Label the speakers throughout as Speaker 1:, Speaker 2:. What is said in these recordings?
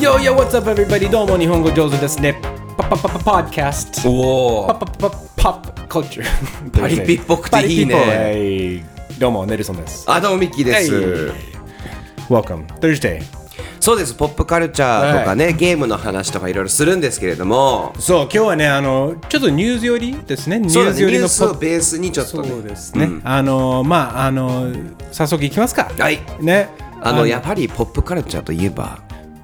Speaker 1: Yo, yo, what's up, everybody? どうも日本語上手ですね。パパパパパッキャスト。
Speaker 2: お
Speaker 1: パ
Speaker 2: お
Speaker 1: パパパパッコーチャー。
Speaker 2: パリピっぽくていいね
Speaker 1: パリピっぽいはいどうも、ネルソンです。
Speaker 2: あどうもミッキーです、
Speaker 1: はい Welcome. Thursday.
Speaker 2: そうですポップカルチャーとかね、ゲームの話とかいろいろするんですけれども
Speaker 1: そう、今日はね、あの、ちょっとニュース寄りですね。ニュ
Speaker 2: そう
Speaker 1: ー
Speaker 2: だ
Speaker 1: ス
Speaker 2: ね
Speaker 1: 寄
Speaker 2: ニ
Speaker 1: り
Speaker 2: ュ
Speaker 1: の
Speaker 2: ースを
Speaker 1: ポッ
Speaker 2: ベースにちょっとね
Speaker 1: そうですね。あの、まあ、あの、早速いきますか。
Speaker 2: はい
Speaker 1: ね。
Speaker 2: あのやっぱりポップカルチャーといえば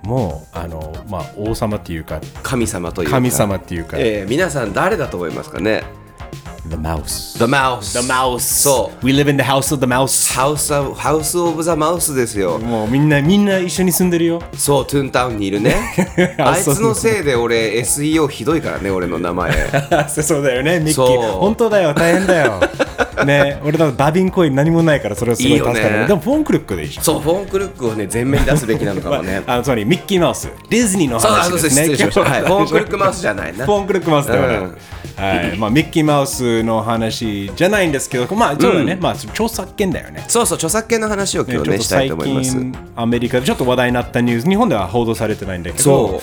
Speaker 1: もう、あの、まあ、王様っていうか、
Speaker 2: 神様というか
Speaker 1: 神様っていうか、
Speaker 2: えー皆さん誰だと思いますかね
Speaker 1: The Mouse。
Speaker 2: The Mouse
Speaker 1: The Mouse。。
Speaker 2: そう
Speaker 1: We live in the house of the Mouse。
Speaker 2: House of, House of the Mouse ですよ
Speaker 1: もうみんな、みんな一緒に住んでるよ。
Speaker 2: そうトゥーンタウンにいるね
Speaker 1: あ
Speaker 2: あいつのせいで俺 SEO ひどいからね俺の名前
Speaker 1: そうそうだよね、ミッキ
Speaker 2: そう
Speaker 1: ー。本当だよ、大変だ よ。ね、俺だとバビンコイン何もないから、それはすごい
Speaker 2: いい
Speaker 1: 助
Speaker 2: よ
Speaker 1: か
Speaker 2: ね
Speaker 1: る。でも、フォンクルックでいいじゃん。
Speaker 2: そうフォンクルックをね全面に出すべきなのかもね
Speaker 1: あのつまり、ミッキーマウス。ディズニーの
Speaker 2: そうあ
Speaker 1: 話
Speaker 2: の
Speaker 1: です
Speaker 2: 失
Speaker 1: ね。
Speaker 2: 礼し ました、はい、フォンクルックマウスじゃ
Speaker 1: い。
Speaker 2: ない
Speaker 1: フ
Speaker 2: な
Speaker 1: ォンクルックマウスだから、
Speaker 2: うん
Speaker 1: はいまあ、ミッキーマウスの話じゃないんですけど、まあ、そうだね、まあ、調査権だよね。
Speaker 2: そうそう著作権の話を
Speaker 1: ねち
Speaker 2: 今
Speaker 1: ょっ
Speaker 2: 日ね
Speaker 1: と
Speaker 2: したい
Speaker 1: 最
Speaker 2: と思います
Speaker 1: 近アメリカでちょっと話題になったニュース日本では報道されてないんだけど
Speaker 2: そ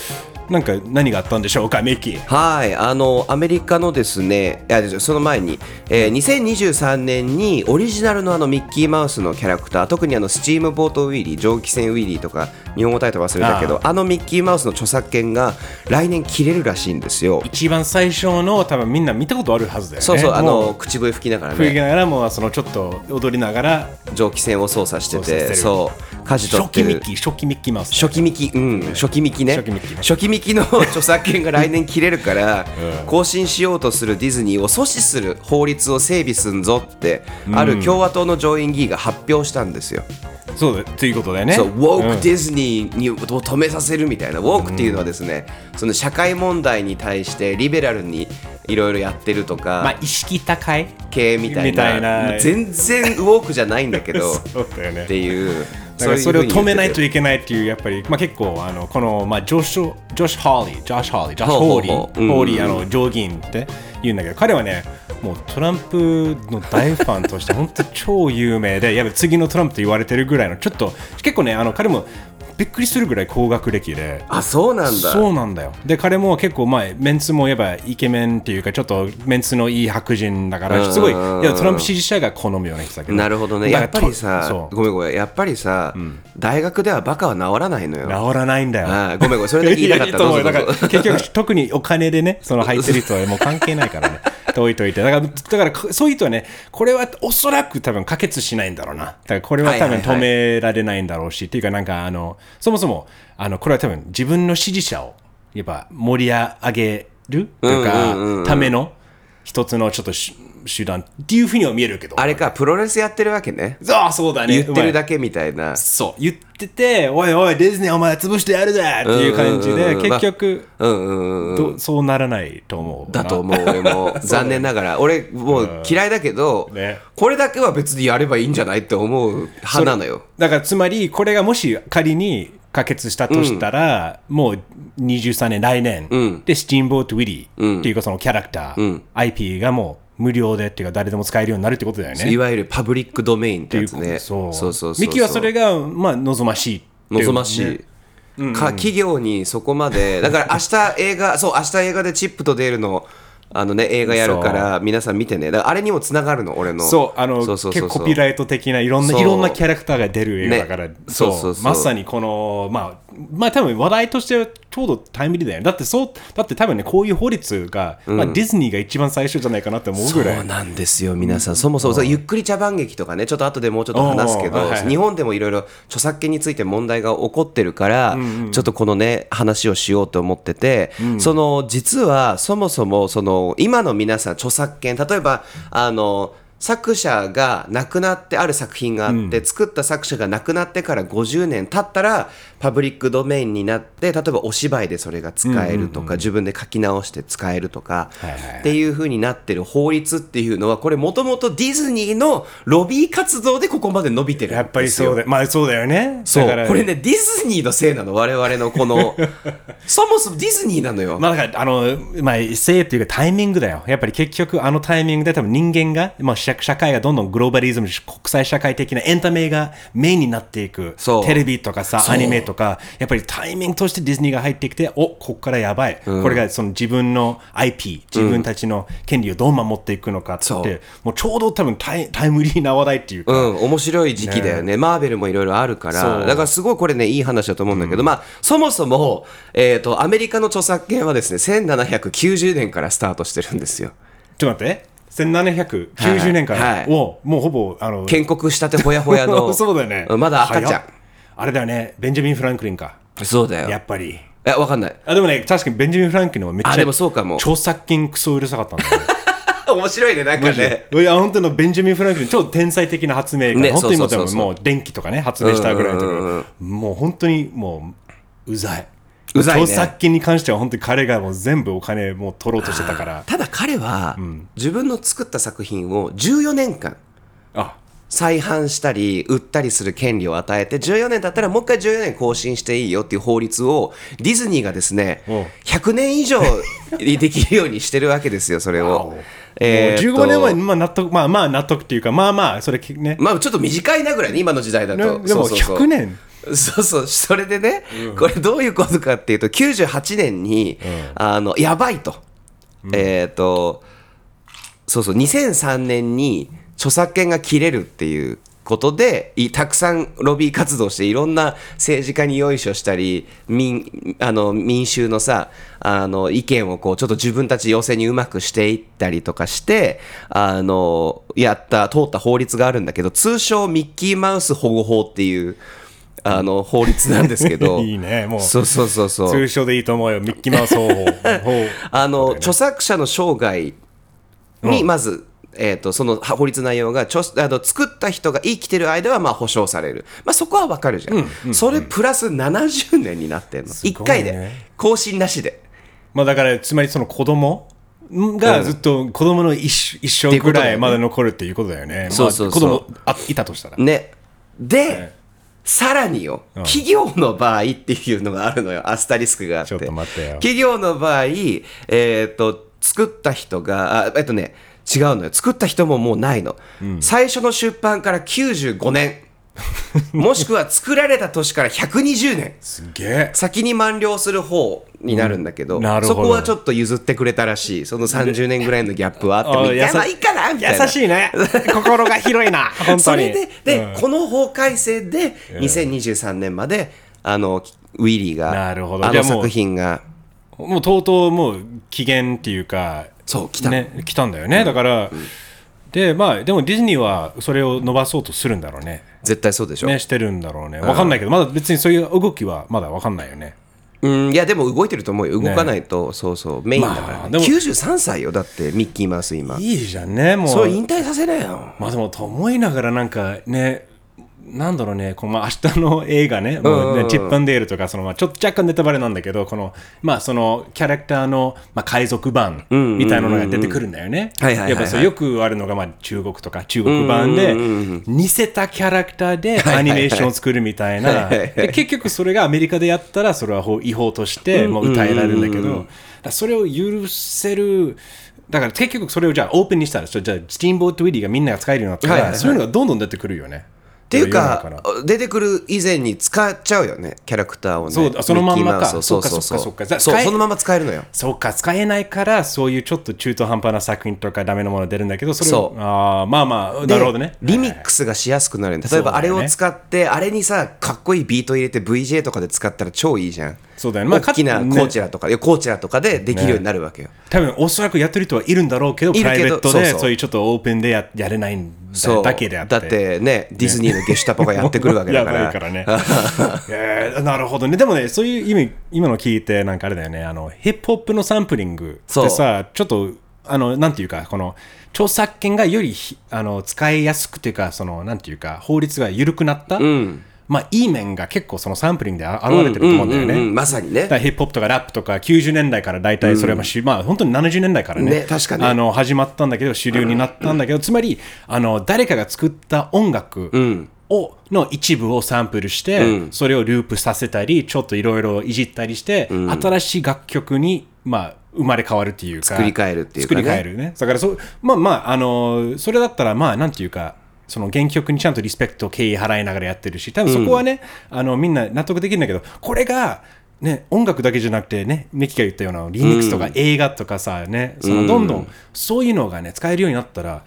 Speaker 1: なんか何があったんでしょうかミッキー
Speaker 2: はいあのアメリカのですねいやその前に、えー2023年にオリジナルのあのミッキーマウスのキャラクター特にあのスチームボートウィリー蒸気船ウィリーとか日本語タイトル忘れたけどあのミッキーマウスの著作権が来年切れるらしいんですよ。
Speaker 1: 一番最初の多分みんな見たことあるはずだよね
Speaker 2: そうそうあ
Speaker 1: も
Speaker 2: の
Speaker 1: う
Speaker 2: 口笛吹きながら
Speaker 1: 冬着
Speaker 2: ね
Speaker 1: ながらもうそのちょっと踊りながら
Speaker 2: 蒸気船を操作して
Speaker 1: 操作して
Speaker 2: て
Speaker 1: る
Speaker 2: そう舵取
Speaker 1: 初
Speaker 2: っ
Speaker 1: 期
Speaker 2: て
Speaker 1: ミッ
Speaker 2: る
Speaker 1: キー初期ミッキーマウス
Speaker 2: 初期ミキ、うん、初期ミキね
Speaker 1: 初期ミキね
Speaker 2: 初期ミキの著作権が来年切れるから、
Speaker 1: うん
Speaker 2: 更新しようとするディズニーを阻止する法律を整備すんぞって、ある共和党の上院議員が発表したんですよ。
Speaker 1: そうだということだよね
Speaker 2: そう、ウォー
Speaker 1: ん
Speaker 2: クディズニーにを止めさせるみたいな、ウォークっていうのはですね、その社会問題に対してリベラルにいろいろやってるとか、
Speaker 1: まあ意識高い
Speaker 2: 系みたい
Speaker 1: みたい
Speaker 2: な
Speaker 1: な
Speaker 2: 全然ウォークじゃないんだけどっ
Speaker 1: そうだよね
Speaker 2: ていう。
Speaker 1: だから
Speaker 2: ういう
Speaker 1: それを
Speaker 2: ふうに言
Speaker 1: 止
Speaker 2: っ
Speaker 1: め
Speaker 2: て
Speaker 1: ない
Speaker 2: て
Speaker 1: といけないっていう、やっぱり、まあ、結構、あのこの、まあ、ジョシュ、ジョシュ・ハーリー、ジョシュ・ハーリー、ジョシュ・ホーリー、
Speaker 2: ほう
Speaker 1: ホ
Speaker 2: ほうほう
Speaker 1: ーリー、あの、上議員って言うんだけど、彼はね、もうトランプの大ファンとして、本当超有名で、やっぱ次のトランプと言われてるぐらいの、ちょっと、結構ね、あの彼もびっくりするぐらい高学歴で。
Speaker 2: あ、そうなんだ。
Speaker 1: そうなんだよで彼も結構前メンツも言えばイケメンっていうかちょっとメンツのいい白人だからすごいいやトランプ支持者が好むような人だけど
Speaker 2: なるほどね。
Speaker 1: だか
Speaker 2: や
Speaker 1: ら
Speaker 2: っぱりさ
Speaker 1: そ、う
Speaker 2: ごめんごめん、やっぱりさ、大学ではバカは治らないのよ。
Speaker 1: 治らないんだよ
Speaker 2: ああごめんごめん、それだけ言いたかった。
Speaker 1: やと思う
Speaker 2: どうぞ
Speaker 1: だ
Speaker 2: ど
Speaker 1: か
Speaker 2: うぞ
Speaker 1: ら結局、特にお金で ね、その入ってる人はもう関係ないからね。置いといて。だから、だからそういう人はね、これはおそらく多分可決しないんだろうな。だからこれは多
Speaker 2: は
Speaker 1: 分
Speaker 2: いはいはい
Speaker 1: 止められないんだろうし、っていうかなんかあの、そもそも、あの、これは多分自分の支持者を、やっぱ盛り上げるというか、ための一つのちょっとし手段っていうふうには見えるけど。
Speaker 2: あれか、プロレスやってるわけね。
Speaker 1: ああ、そうだね。
Speaker 2: 言ってるだけみたいな。
Speaker 1: そう言ってて「おいおいディズニーお前潰してやるぜ!」っていう感じで
Speaker 2: うんうんうん
Speaker 1: 結局
Speaker 2: うんうんうん。
Speaker 1: どそうならないと思うな
Speaker 2: だと思う、俺 も。残念ながら。俺、もう嫌いだけど
Speaker 1: ね、
Speaker 2: これだけは別にやればいいんじゃないって思う派なのよ。
Speaker 1: だからつまりこれがもし仮に可決したとしたら、もう23年来年、でスチームボートウィリーっていうかそのキャラクター、IP がもう無料でっていうか誰でも使えるようになるってことだよね
Speaker 2: いわゆるパブリックドメインってやつね。
Speaker 1: そう
Speaker 2: そうそうそう。
Speaker 1: ミキはそれがまあ望ましいっていう
Speaker 2: 望ましい、か企業にそこ までだから明日映画そう明日映画でチップとデールのあのね映画やるから皆さん見てねだからあれにもつながるの俺の
Speaker 1: そう、あの、結構コピーライト的ないろんな、
Speaker 2: そう
Speaker 1: いろんなキャラクターが出る映画だから、
Speaker 2: ねそうそうそう
Speaker 1: まさにこの、まあ、まあ多分話題としてはちょうどタイムリーだよね。だってそう、だって多分ね、こういう法律が、まあディズニーが一番最初じゃないかなって思うぐら
Speaker 2: そう
Speaker 1: い。
Speaker 2: なんですよ皆さんそもそもそうゆっくり茶番劇とかねちょっと後でもうちょっと話すけ
Speaker 1: おー
Speaker 2: ど
Speaker 1: はいはい
Speaker 2: 日本でもいろいろ著作権について問題が起こってるからちょっとこのね話をしようと思っててその実はそもそもその今の皆さん著作権例えばあの作者が亡くなってある作品があって、作った作者が亡くなってから50年経ったらパブリックドメインになって例えばお芝居でそれが使えるとか、自分で書き直して使えるとか、
Speaker 1: はいはい
Speaker 2: っていう風になってる法律っていうのはこれもともとディズニーのロビー活動でここまで伸びてるんですよ
Speaker 1: やっぱりそうだよ。まあそうだよね。
Speaker 2: そう
Speaker 1: だから
Speaker 2: これねディズニーのせいなの我々のこ のそもそもディズニーなのよ、
Speaker 1: まあだから、あの、まあ、性っていうかタイミングだよ。やっぱり結局、あのタイミングで多分人間が、まあ、思社社会がどんどんグローバリズム、国際社会的なエンタメがメインになっていく。
Speaker 2: そう
Speaker 1: テレビとかさ、
Speaker 2: そう
Speaker 1: アニメとか、やっぱりタイミングとしてディズニーが入ってきて、おここからやばい、これがその自分の IP、自分たちの権利をどう守っていくのかって、
Speaker 2: そう
Speaker 1: もうちょうど多分タイタイムリーな話題っていうか、
Speaker 2: うん、面白い時期だよね。マーベルもいろいろあるか
Speaker 1: そ
Speaker 2: ら、
Speaker 1: う
Speaker 2: だからすごいこれね、いい話だと思うんだけど、まあ、そもそも、えっ、と、アメリカの著作権はですね、1790年からスタートしてるんですよ。
Speaker 1: ちょっと待って、1790年から、
Speaker 2: はいはい
Speaker 1: をもうほぼ、あの、
Speaker 2: 建国したてほやほや の。
Speaker 1: そうだよね。
Speaker 2: んまだ赤ち
Speaker 1: 早っ
Speaker 2: ゃ
Speaker 1: あれだよね、ベンジャミン・フランクリンか。
Speaker 2: ん。そうだ
Speaker 1: や
Speaker 2: よ。
Speaker 1: っぱり。
Speaker 2: え、わかんない。
Speaker 1: あでもね、確かにベンジャミン・フランクリンはめっちゃ、
Speaker 2: あでもそうかも
Speaker 1: 著作権クソうるさかったんだ よね。
Speaker 2: 面白いね、なんかね。
Speaker 1: いや本当のベンジャミン・フランクリン超天才的な発明家、
Speaker 2: ね
Speaker 1: 本当にもう
Speaker 2: そうそうそうそう
Speaker 1: もう電気とかね発明したぐらいの時、
Speaker 2: うんうんうん
Speaker 1: もう本当にもううざいう
Speaker 2: ざいね
Speaker 1: 著作権に関しては本当に彼がもう全部お金もう取ろうとしてたから
Speaker 2: ただ彼は、自分の作った作品を14年間、
Speaker 1: あ
Speaker 2: 再販したり、売ったりする権利を与えて、14年だったらもう一回14年更新していいよっていう法律を、ディズニーがですね
Speaker 1: うん、
Speaker 2: 100年以上できるようにしてるわけですよ、それ
Speaker 1: あ
Speaker 2: を
Speaker 1: もう。
Speaker 2: えーっと
Speaker 1: 15年前にまあ納得まあまあ納得っていうかまあまあそれね
Speaker 2: まあちょっと短いなぐらいね、今の時代だと。
Speaker 1: ねでも
Speaker 2: そうそうそう
Speaker 1: 100年
Speaker 2: そうそう、それでね、これどういうことかっていうと、98年に、あの、やばいと。えっ、と、そうそう、2003年に著作権が切れるっていうことで、いたくさんロビー活動して、いろんな政治家によいしょしたり、民、あの、民衆のさ、あの、意見をこう、ちょっと自分たち要請にうまくしていったりとかして、あの、やった、通った法律があるんだけど、通称ミッキーマウス保護法っていう、あの、法律なんですけど。
Speaker 1: いいねもう
Speaker 2: そうそうそうそう。
Speaker 1: 通称でいいと思うよミッキーマウス方 法
Speaker 2: あの、著作者の生涯にまず、えー、とその法律内容が著あの作った人が生きてる間はまあ保障される、まあ、そこはわかるじゃん,、それプラス70年になってんの、
Speaker 1: ごい
Speaker 2: 1
Speaker 1: ね
Speaker 2: 回で更新なしで
Speaker 1: まあだからつまりその子供がずっと子供の一一生ぐらいまで残るっていうことだよね。
Speaker 2: そうそうそう
Speaker 1: まあ子供あいたとしたら。
Speaker 2: ねで、さらによ、
Speaker 1: うん
Speaker 2: 企業の場合っていうのがあるのよアスタリスクがあって
Speaker 1: ちょっと待ってよ
Speaker 2: 企業の場合えー、と作った人があえっとね違うのよ作った人ももうないの、最初の出版から95年 もしくは作られた年から120年
Speaker 1: すげえ。
Speaker 2: 先に満了する方になるんだけど,、
Speaker 1: うんなるほ
Speaker 2: そ
Speaker 1: ど
Speaker 2: こはちょっと譲ってくれたらしいその30年ぐらいのギャップはあって
Speaker 1: あ
Speaker 2: もい
Speaker 1: 優
Speaker 2: やまあいいかなみたいな
Speaker 1: 優しいね。心が広い な。本当に。
Speaker 2: それで、で、
Speaker 1: うん
Speaker 2: この法改正で、2023年まで、あの、ウィリーが、
Speaker 1: なるほど
Speaker 2: あ
Speaker 1: じゃ
Speaker 2: の
Speaker 1: あもう
Speaker 2: 作品が、
Speaker 1: もうとうとうもう期限っていうか、
Speaker 2: そう来た
Speaker 1: ね、来たんだよね。だから、で、まあ、でもディズニーはそれを伸ばそうとするんだろうね。
Speaker 2: 絶対そうでしょ。
Speaker 1: ね、してるんだろうね。わかんないけど、まだ別にそういう動きはまだわかんないよね。
Speaker 2: うん、いや、でも動いてると思うよ。動かないと、そうそう、メインだから、
Speaker 1: まあでも
Speaker 2: 93歳よ、だって、ミッキーマウス今。
Speaker 1: いいじゃんね、もう。
Speaker 2: それ引退させなよ。
Speaker 1: まあでもと思いながらなんかねなんだろうねこのまあ明日の映画ね、もうねチップンデールとかその、まあ、ちょっと若干ネタバレなんだけどこの,、まあ、そのキャラクターの、まあ、海賊版みたいなのが出てくるんだよね。
Speaker 2: はいはいはいはい
Speaker 1: やっぱそうよくあるのが、まあ、中国とか中国版で似せたキャラクターでアニメーションを作るみたいなで結局それがアメリカでやったらそれは法違法としてもう歌えられるんだけど。だからそれを許せるだから結局それをじゃあオープンにしたらじゃあスティーンボートウィリーがみんなが使えるようになったら、
Speaker 2: はいはいはい
Speaker 1: そういうのがどんどん出てくるよね。っ
Speaker 2: っていうか、出てくる以前に使っちゃうよね、キャラクターをね。
Speaker 1: そうだそのまんまか
Speaker 2: ミッキーマウスを
Speaker 1: そ
Speaker 2: そうう
Speaker 1: か
Speaker 2: そうそう。
Speaker 1: そっかそっか
Speaker 2: そう
Speaker 1: 使え
Speaker 2: そのまま使えるのよ。
Speaker 1: そうか使えないからそういうちょっと中途半端な作品とかダメなものが出るんだけどそれを
Speaker 2: そう
Speaker 1: あーまあまあ
Speaker 2: で
Speaker 1: なるほどね。
Speaker 2: リミックスがしやすくなるんだ例え
Speaker 1: そ
Speaker 2: ば
Speaker 1: う
Speaker 2: あ
Speaker 1: だ
Speaker 2: れ
Speaker 1: よね
Speaker 2: を使って、あれにさかっこいいビート入れて VJ とかで使ったら超いいじゃん
Speaker 1: そうだよねまあ
Speaker 2: 大きな
Speaker 1: か
Speaker 2: コ
Speaker 1: ね
Speaker 2: ーチェラとか、いやコーチェラとかでできるようになるわけよ、
Speaker 1: 多分おそらくやってる人はいるんだろうけど
Speaker 2: いる
Speaker 1: プ
Speaker 2: けど
Speaker 1: ライベートで
Speaker 2: そう
Speaker 1: そ
Speaker 2: そうう
Speaker 1: いうちょっとオープンでややれないんだ
Speaker 2: そう
Speaker 1: だけであって。
Speaker 2: ねディズニーのゲシュタポがやってくるわけだ か
Speaker 1: やば
Speaker 2: ら
Speaker 1: いからね。えーなるほどね。でもね、そういう意味、今の聞いて、なんかあれだよね、あの、ヒップホップのサンプリングってさ、ちょっと、あの、なんていうか、この、著作権がよりひ、あの、使いやすくていうか、その、なんていうか、法律が緩くなった、まあ、いい面が結構そのサンプリングであ現れてると思うんだよね。
Speaker 2: うんうんうんまさに
Speaker 1: だか
Speaker 2: ね
Speaker 1: らヒップホップとかラップとか90年代から大体それはまあし、まあ本当に70年代からね
Speaker 2: ね確かに
Speaker 1: あの始まったんだけど主流になったんだけど、つまりあの誰かが作った音楽をの一部をサンプルして、それをループさせたりちょっといろいろいじったりして、新しい楽曲にまあ、生まれ変わるっていうか
Speaker 2: 作り変えるっていうかね
Speaker 1: 作り変えるねだからそまあまああのそれだったらまあなんていうかその原曲にちゃんとリスペクト敬意払いながらやってるし多分そこはね、あのみんな納得できるんだけどこれがね、音楽だけじゃなくてね、ミキが言ったようなリミックスとか映画とかさ、ね、そのどんどんそういうのがね、使えるようになったら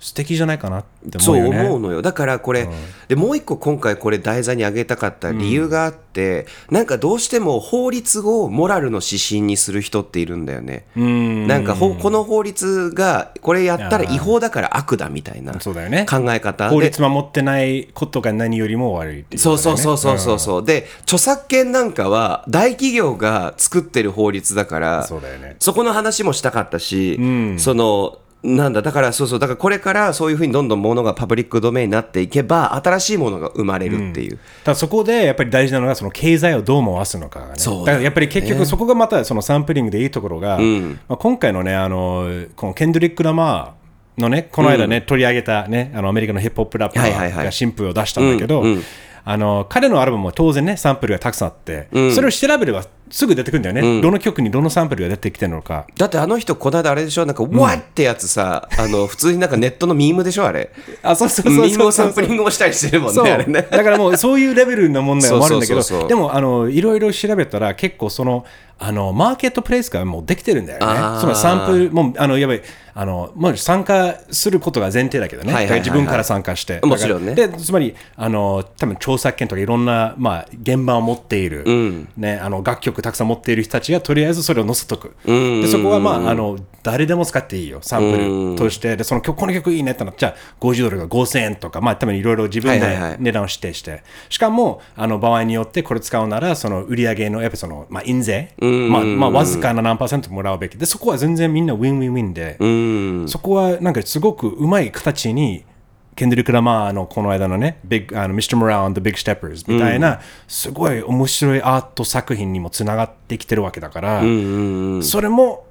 Speaker 1: 素敵じゃないかなって思
Speaker 2: そうう
Speaker 1: よね。
Speaker 2: 思うのよだからこれ、でもう一個今回これ題材に挙げたかった理由があって、なんかどうしても法律をモラルの指針にする人っているんだよね、
Speaker 1: ん
Speaker 2: なんかほこの法律がこれやったら違法だから悪だみたいな
Speaker 1: そ
Speaker 2: 考
Speaker 1: うだよね。
Speaker 2: え方
Speaker 1: 法
Speaker 2: で
Speaker 1: 律守ってないことが何よりも悪いっていう、ね。
Speaker 2: そうそうそうそうそうそう、で著作権なんかは大企業が作ってる法律だから
Speaker 1: そうだよね
Speaker 2: そこの話もしたかったし、そのなんだだからそうそうだからこれからそういうふうにどんどんものがパブリックドメインになっていけば新しいものが生まれるっていう、
Speaker 1: ただそこでやっぱり大事なのがその経済をどう回すのかがね
Speaker 2: そう
Speaker 1: か
Speaker 2: だよね
Speaker 1: らやっぱり結局そこがまたそのサンプリングでいいところが、まあ、今回のねあのこのケンドリック・ラマーのねこの間ね、取り上げたねあのアメリカのヒップホップラッパ
Speaker 2: はいはい
Speaker 1: ー
Speaker 2: はい
Speaker 1: が新譜を出したんだけど、あの彼のアルバムも当然ねサンプルがたくさんあって、それを調べればすぐ出てくるんだよね、どの曲にどのサンプルが出てきてるのか
Speaker 2: だってあの人この間あれでしょなんか「わっ!」ってやつさ、あの普通になんかネットのミームでしょあ れ
Speaker 1: あそうそうそう
Speaker 2: ミーム
Speaker 1: そう
Speaker 2: を
Speaker 1: そ
Speaker 2: サ
Speaker 1: う
Speaker 2: ンプリングをしたりしてるもんね
Speaker 1: そう
Speaker 2: あれね
Speaker 1: だからもうそういうレベルの問題もあるんだけど
Speaker 2: そうそうそうそう
Speaker 1: でもあのいろいろ調べたら結構そのあのマーケットプレイスがもうできてるんだよ
Speaker 2: あ
Speaker 1: ね
Speaker 2: ー
Speaker 1: そのサンプルもうあのやばいあの、まあ、参加することが前提だけどね、
Speaker 2: はいはいはいはい
Speaker 1: だから自分から参加して
Speaker 2: もちろんね
Speaker 1: だからでつまりあの多分著作権とかいろんな、まあ、現場を持っている、ね、あの楽曲たくさん持っている人たちがとりあえずそれを載せとく、でそこは、まあ、あの誰でも使っていいよサンプルとして、でその曲この曲いいねってなっちゃ50ドルが5000円とか、まあ、多分いろいろ自分
Speaker 2: はいはいは
Speaker 1: で
Speaker 2: い
Speaker 1: 値段を指定して、しかもあの場合によってこれ使うならその売り上げのやっぱその、まあ、印税、まあまあ、わずかな何パーセントもらうべきでそこは全然みんなウィンウィンウィンで、そこはなんかすごくうまい形にケンドリック・ラマーのこの間のね、ビッグあの Mr. Morale and the Big Steppers みたいな、すごい面白いアート作品にもつながってきてるわけだから、それも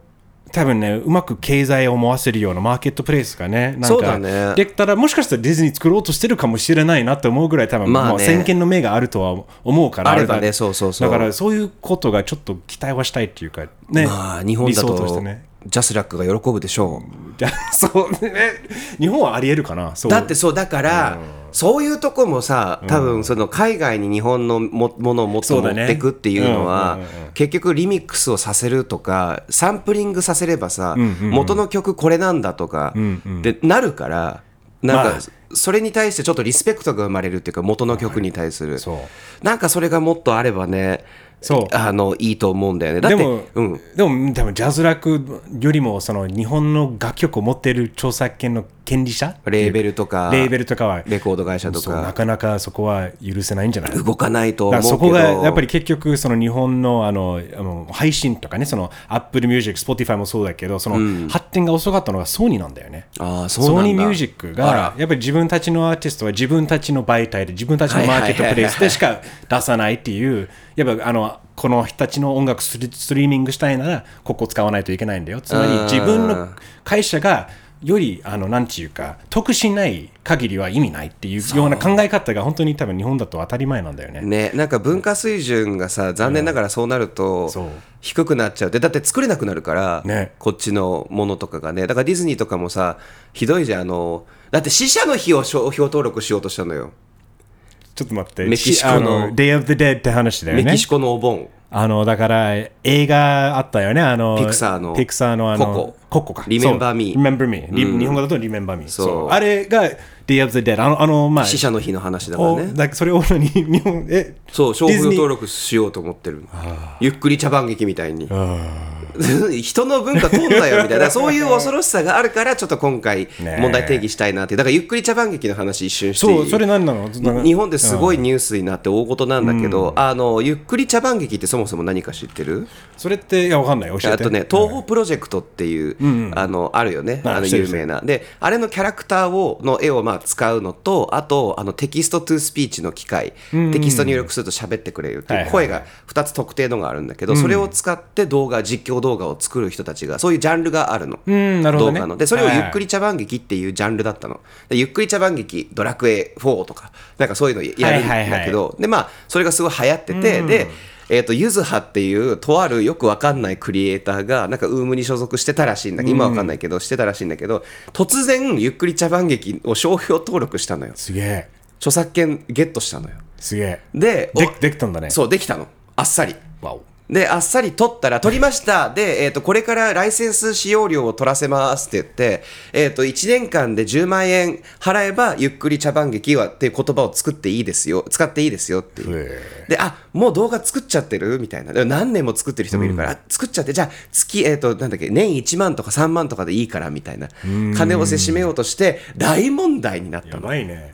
Speaker 1: 多分ね、うまく経済を回せるようなマーケットプレイスがね、なん
Speaker 2: そう
Speaker 1: か
Speaker 2: だね
Speaker 1: できたら、もしかしたらディズニー作ろうとしてるかもしれないなと思うぐらい、多分、
Speaker 2: まあね
Speaker 1: もう先見の明があるとは思うから、
Speaker 2: あればね
Speaker 1: れだ
Speaker 2: そうそうそう
Speaker 1: だからそういうことがちょっと期待はしたいっていうか、ね、
Speaker 2: まあ日本
Speaker 1: 理
Speaker 2: だ
Speaker 1: 想
Speaker 2: と
Speaker 1: としてね。
Speaker 2: ジャスラックが喜ぶでしょう
Speaker 1: じゃあ そうね、日本はありえるかな、そう
Speaker 2: だってそうだから、そういうとこもさ多分その海外に日本のもものをもっ
Speaker 1: そ
Speaker 2: と
Speaker 1: う
Speaker 2: 持
Speaker 1: だね
Speaker 2: ってくっていうのは
Speaker 1: うんうんうん
Speaker 2: 結局リミックスをさせるとかサンプリングさせればさ、元の曲これなんだとか、でなるからなんか、
Speaker 1: まあ
Speaker 2: それに対してちょっとリスペクトが生まれるっていうか元の曲に対する、
Speaker 1: そう
Speaker 2: なんかそれがもっとあればね
Speaker 1: そう
Speaker 2: あのいいと思うんだよねだって
Speaker 1: でも、
Speaker 2: うん、
Speaker 1: でも多分ジャズラックよりもその日本の楽曲を持っている著作権の権利者
Speaker 2: レーベルとか
Speaker 1: レーベルとかは
Speaker 2: レコード会社と
Speaker 1: そうな
Speaker 2: か
Speaker 1: かなかそこは許せないんじゃない
Speaker 2: 動かないと思
Speaker 1: だ
Speaker 2: う
Speaker 1: から
Speaker 2: けど
Speaker 1: そこがやっぱり結局その日本のあのあの配信とかねその Apple Music、Spotify もそうだけどその発展が遅かったのがソニーなんだよね。
Speaker 2: ああそうなん
Speaker 1: ソ
Speaker 2: だ
Speaker 1: ニーミュージック
Speaker 2: あ
Speaker 1: が
Speaker 2: ら
Speaker 1: やっぱり自分たちのアーティストは自分たちの媒体で自分たちのマーケットプレイスでしか出さないっていうやっぱあのこの人たちの音楽スリストリーミングしたいならここ使わないといけないんだよつまり
Speaker 2: うん
Speaker 1: 自分の会社がよりあのなんていうか得しない限りは意味ないっていうような考え方が本当に多分日本だと当たり前なんだよね。
Speaker 2: ね、なんか文化水準がさ残念ながらそうなると
Speaker 1: そう
Speaker 2: 低くなっちゃうでだって作れなくなるから、
Speaker 1: ね
Speaker 2: こっちのものとかがねだからディズニーとかもさひどいじゃんあのだって死者の日を商標登録しようとしたのよ
Speaker 1: ちょっと待って、
Speaker 2: メキシコの
Speaker 1: しあ Day of the Dead って話だよね。
Speaker 2: メキシコのお盆
Speaker 1: あの、だから、映画あったよね、あの、
Speaker 2: ピクサーの
Speaker 1: ピクサーのあの、
Speaker 2: ココ
Speaker 1: か。
Speaker 2: Remember Me
Speaker 1: そう Remember Me、リ日本語だと Remember Me。
Speaker 2: そう
Speaker 1: あれが Day of the Dead。あの、あの、まあ、
Speaker 2: 死者の日の話だから
Speaker 1: を
Speaker 2: ね
Speaker 1: だそれをに 日本、え、
Speaker 2: そう商
Speaker 1: ディズ
Speaker 2: 標
Speaker 1: ニー
Speaker 2: 登録しようと思ってるゆっくり茶番劇みたいに 人の文化通ったよみたいな だからそういう恐ろしさがあるからちょっと今回
Speaker 1: ねえ
Speaker 2: 問題提起したいなってだからゆっくり茶番劇の話一瞬していい
Speaker 1: そう、それ何なのなんか
Speaker 2: 日本ですごいニュースになって大事なんだけど、あのゆっくり茶番劇ってそもそも何か知ってる
Speaker 1: それって、いや、わかんない。教えて。
Speaker 2: あとね東宝プロジェクトっていう、あのあるよね
Speaker 1: あ
Speaker 2: あの
Speaker 1: してる
Speaker 2: 有名なであれのキャラクターをの絵をまあ使うのとあとあのテキストトゥースピーチの機械テキスト入力すると喋ってくれるって
Speaker 1: はい
Speaker 2: い
Speaker 1: は
Speaker 2: う
Speaker 1: い
Speaker 2: 声が2つ特定のがあるんだけど、それを使って動画実況動画を作る人たちがそういうジャンルがあるの、
Speaker 1: んなるほどね
Speaker 2: 動画のでそれを
Speaker 1: はい
Speaker 2: ゆ
Speaker 1: はい
Speaker 2: っくり茶番劇っていうジャンルだったのでゆっくり茶番劇ドラクエ4とかなんかそういうのやるんだけど、
Speaker 1: はいはいはい
Speaker 2: でまあそれがすごい流行ってて、で、ええっ、と、ゆずはっていう、とあるよくわかんないクリエイターが、なんか、ウームに所属してたらしいんだけど、今わかんないけど、してたらしいんだけど、突然、ゆっくり茶番劇を商標登録したのよ。
Speaker 1: すげえ。
Speaker 2: 著作権ゲットしたのよ。
Speaker 1: すげえ。
Speaker 2: で、お
Speaker 1: でできたんだね。
Speaker 2: そう、できたの。あっさり。
Speaker 1: わお。
Speaker 2: で、あっさり取ったら、取りました。で、えっ、と、これからライセンス使用料を取らせますって言って、えっ、と、1年間で10万円払えば、ゆっくり茶番劇はっていう言葉を作っていいですよ。使っていいですよっていう。
Speaker 1: へ
Speaker 2: で、あ、もう動画作っちゃってるみたいな。でも何年も作ってる人もいるから、あ作っちゃって、じゃあ月、えっ、と、なんだっけ、年1万とか3万とかでいいからみたいな。金をせしめようとして、大問題になった
Speaker 1: や
Speaker 2: の。
Speaker 1: ばいね。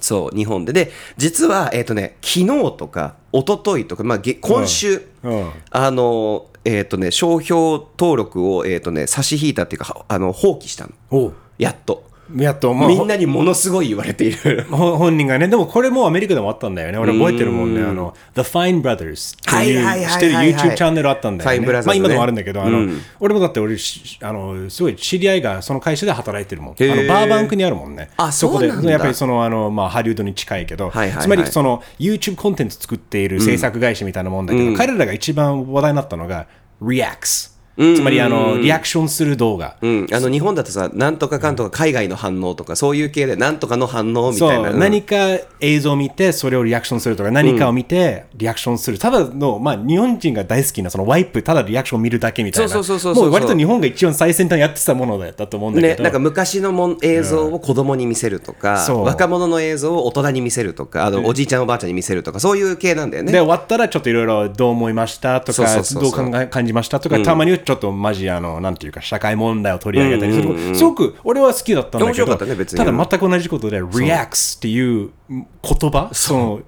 Speaker 2: そう、日本で。で、実は、えっ、とね、昨日とか、一昨日とか、まあ、げ今週、
Speaker 1: うんうん
Speaker 2: あの、えっ、とね、商標登録を、えっ、とね、差し引いたっていうか、はあの、放棄したの。
Speaker 1: お
Speaker 2: やっと。
Speaker 1: やっと、まあ、
Speaker 2: みんなにものすごい言われている。
Speaker 1: ほ本人がね、でもこれもアメリカでもあったんだよね。俺覚えてるもんね。あの、The Fine Brothers ってい、
Speaker 2: はいはいうはい
Speaker 1: してる
Speaker 2: はいはい
Speaker 1: YouTube チャンネルあったんだよ
Speaker 2: Fine
Speaker 1: ね。
Speaker 2: Brothers
Speaker 1: まあ今で
Speaker 2: ね
Speaker 1: もあるんだけど、あの、俺もだって俺し、あの、すごい知り合いがその会社で働いてるもん。あ
Speaker 2: へー
Speaker 1: のバーバンクにあるもんね。
Speaker 2: あ
Speaker 1: こで
Speaker 2: そうなんだ
Speaker 1: やっぱりその、あの、まあハリウッドに近いけど、
Speaker 2: はいはいはい
Speaker 1: つまりその YouTube コンテンツ作っている制作会社みたいなもんだけど、彼らが一番話題になったのが Reacts。つまりあの、リアクションする動画。
Speaker 2: うん、あの日本だとさ、なんとかかんとか海外の反応とか、そういう系で、なんとかの反応みたいな。
Speaker 1: そう
Speaker 2: うん
Speaker 1: 何か映像を見てそれをリアクションするとか何かを見てリアクションする、ただの、まあ、日本人が大好きなそのワイプただリアクションを見るだけみたいな
Speaker 2: そうそうそうそうそう
Speaker 1: もう割と日本が一番最先端やってたものだったと思うんだけ
Speaker 2: ね、
Speaker 1: ど、
Speaker 2: なんか昔のもん映像を子供に見せるとか、
Speaker 1: そう
Speaker 2: 若者の映像を大人に見せるとか、あのおじいちゃん、おばあちゃんに見せるとか、そういう系なんだよね。
Speaker 1: で終わったらちょっといろいろどう思いましたと
Speaker 2: そうそう
Speaker 1: か
Speaker 2: そう
Speaker 1: ど
Speaker 2: そう
Speaker 1: う考え感じましたとか、たまにはちょっとマジあのなんていうか社会問題を取り上げたりする、すごく俺は好きだったんだ
Speaker 2: 面
Speaker 1: け
Speaker 2: 白か
Speaker 1: ど
Speaker 2: ったね別に
Speaker 1: だ全く同じことで reacts っていう言葉その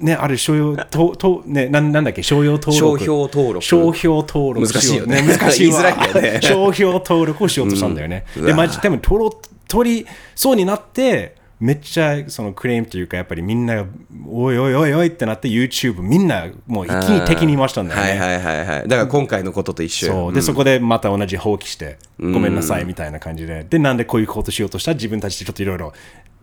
Speaker 1: ね、あれ商用とと、ね、なんなんだっけ商用登録
Speaker 2: 商標登録
Speaker 1: 商標登録
Speaker 2: 難しいよね
Speaker 1: 難しいわ
Speaker 2: 言いづらいよね
Speaker 1: 商標登録をしようとしたんだよね、
Speaker 2: うんう
Speaker 1: で
Speaker 2: わ
Speaker 1: マジ多分取ろ取りそうになってめっちゃそのクレームというかやっぱりみんながおいおいおいおいってなって YouTube みんなもう一気に敵に回したんだよね、
Speaker 2: はいはいはいはい。だから今回のことと一緒よ
Speaker 1: そうで、そこでまた同じ放棄して、ごめんなさいみたいな感じで、で、なんでこういうことしようとしたら自分たちでちょっといろいろ、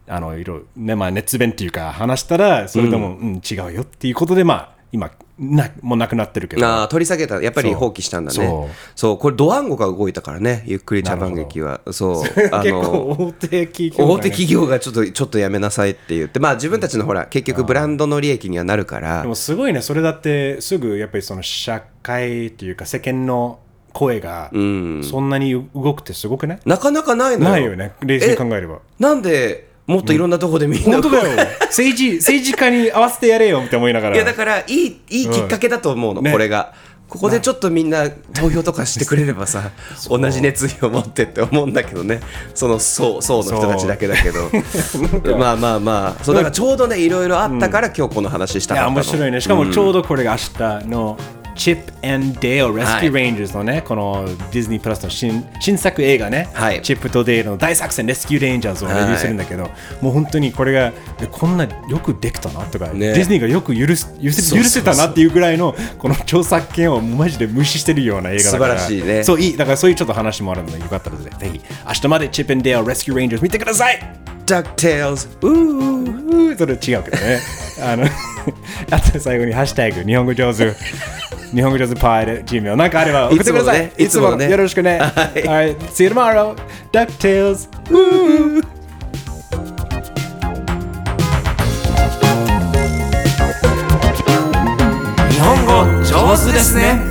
Speaker 1: あの、いろいろ、ね、まあ、熱弁っていうか、話したら、それでも、うん、違うよっていうことで、まあ、今、な、もうなくなってるけど、
Speaker 2: ああ取り下げたやっぱり
Speaker 1: そう
Speaker 2: 放棄したんだねそ
Speaker 1: そう
Speaker 2: これドワンゴが動いたからねゆっくり茶番劇はそう あ
Speaker 1: 結構
Speaker 2: の
Speaker 1: 大手企業、
Speaker 2: 大手企業がちょっとちょっとやめなさいって言ってまあ自分たちのほら結局ブランドの利益にはなるから
Speaker 1: でもすごいね、それだって、すぐやっぱりその社会っていうか、世間の声が、そんなに動くってすごくね、
Speaker 2: なかなかないのよ
Speaker 1: ないよね、冷静に考
Speaker 2: え
Speaker 1: えれば。
Speaker 2: なんでもっといろんなとこでみんな、
Speaker 1: 本当だ よ政治政治家に合わせてやれよって思いながら
Speaker 2: いやだからいいいいきっかけだと思うの、
Speaker 1: うんね
Speaker 2: これがここでちょっとみんな投票とかしてくれればさ 同じ熱意を持ってって思うんだけどねその層層の人たちだけだけど まあまあまあそうだからちょうどねいろいろあったから、今日この話した
Speaker 1: い
Speaker 2: かっ
Speaker 1: や
Speaker 2: たの
Speaker 1: 面白いねしかもちょうどこれが明日の Chip and Dale
Speaker 2: は
Speaker 1: Rescue
Speaker 2: い
Speaker 1: Rangers のね、このディズニープラスの新新作映画ね、
Speaker 2: はい
Speaker 1: チップとデールの大作戦レスキューレンジャーズをレビューするんだけど、もう本当にこれがえこんなよくできたなとか、
Speaker 2: ね
Speaker 1: ディズニーがよく許す許せ
Speaker 2: そうそう
Speaker 1: 許せたなっていうぐらいのこの著作権をマジで無視してるような映画だから
Speaker 2: 素晴らしいね
Speaker 1: そういいだからそういうちょっと話もあるのでよかったらぜひぜひ明日まで Chip and Dale Rescue Rangers 見てください
Speaker 2: ダックテイルズうー
Speaker 1: うーそれ違うけどね。 あの、 あと最後にハッシュタグ、日本語上 手。日本語上手パール、g m なんかあれば送ってください。
Speaker 2: い
Speaker 1: い
Speaker 2: つ
Speaker 1: つ
Speaker 2: も
Speaker 1: も,、
Speaker 2: のねいつものね
Speaker 1: よろしくね。
Speaker 2: はい
Speaker 1: Alright, see you tomorrow. DuckTales.
Speaker 2: 「日本語上手ですね」